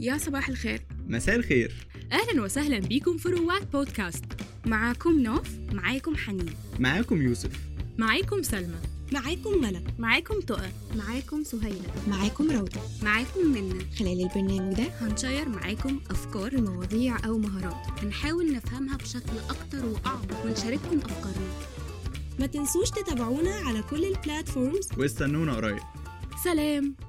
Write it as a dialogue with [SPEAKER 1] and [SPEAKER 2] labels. [SPEAKER 1] يا صباح الخير
[SPEAKER 2] مساء الخير
[SPEAKER 3] أهلا وسهلا بيكم في رواق بودكاست
[SPEAKER 1] معاكم نوف
[SPEAKER 4] معاكم حنين
[SPEAKER 2] معاكم يوسف
[SPEAKER 3] معاكم سلمى
[SPEAKER 4] معاكم ملك
[SPEAKER 1] معاكم تقى
[SPEAKER 4] معاكم سهيلة
[SPEAKER 5] معاكم روضة
[SPEAKER 1] معاكم منى
[SPEAKER 5] خلال البرنامج ده
[SPEAKER 4] هنشير معاكم أفكار
[SPEAKER 5] مواضيع أو مهارات
[SPEAKER 4] هنحاول نفهمها بشكل أكتر وأعمق ونشارككم أفكارنا
[SPEAKER 5] ما تنسوش تتابعونا على كل البلاتفورمز
[SPEAKER 2] واستنونا قريب
[SPEAKER 3] سلام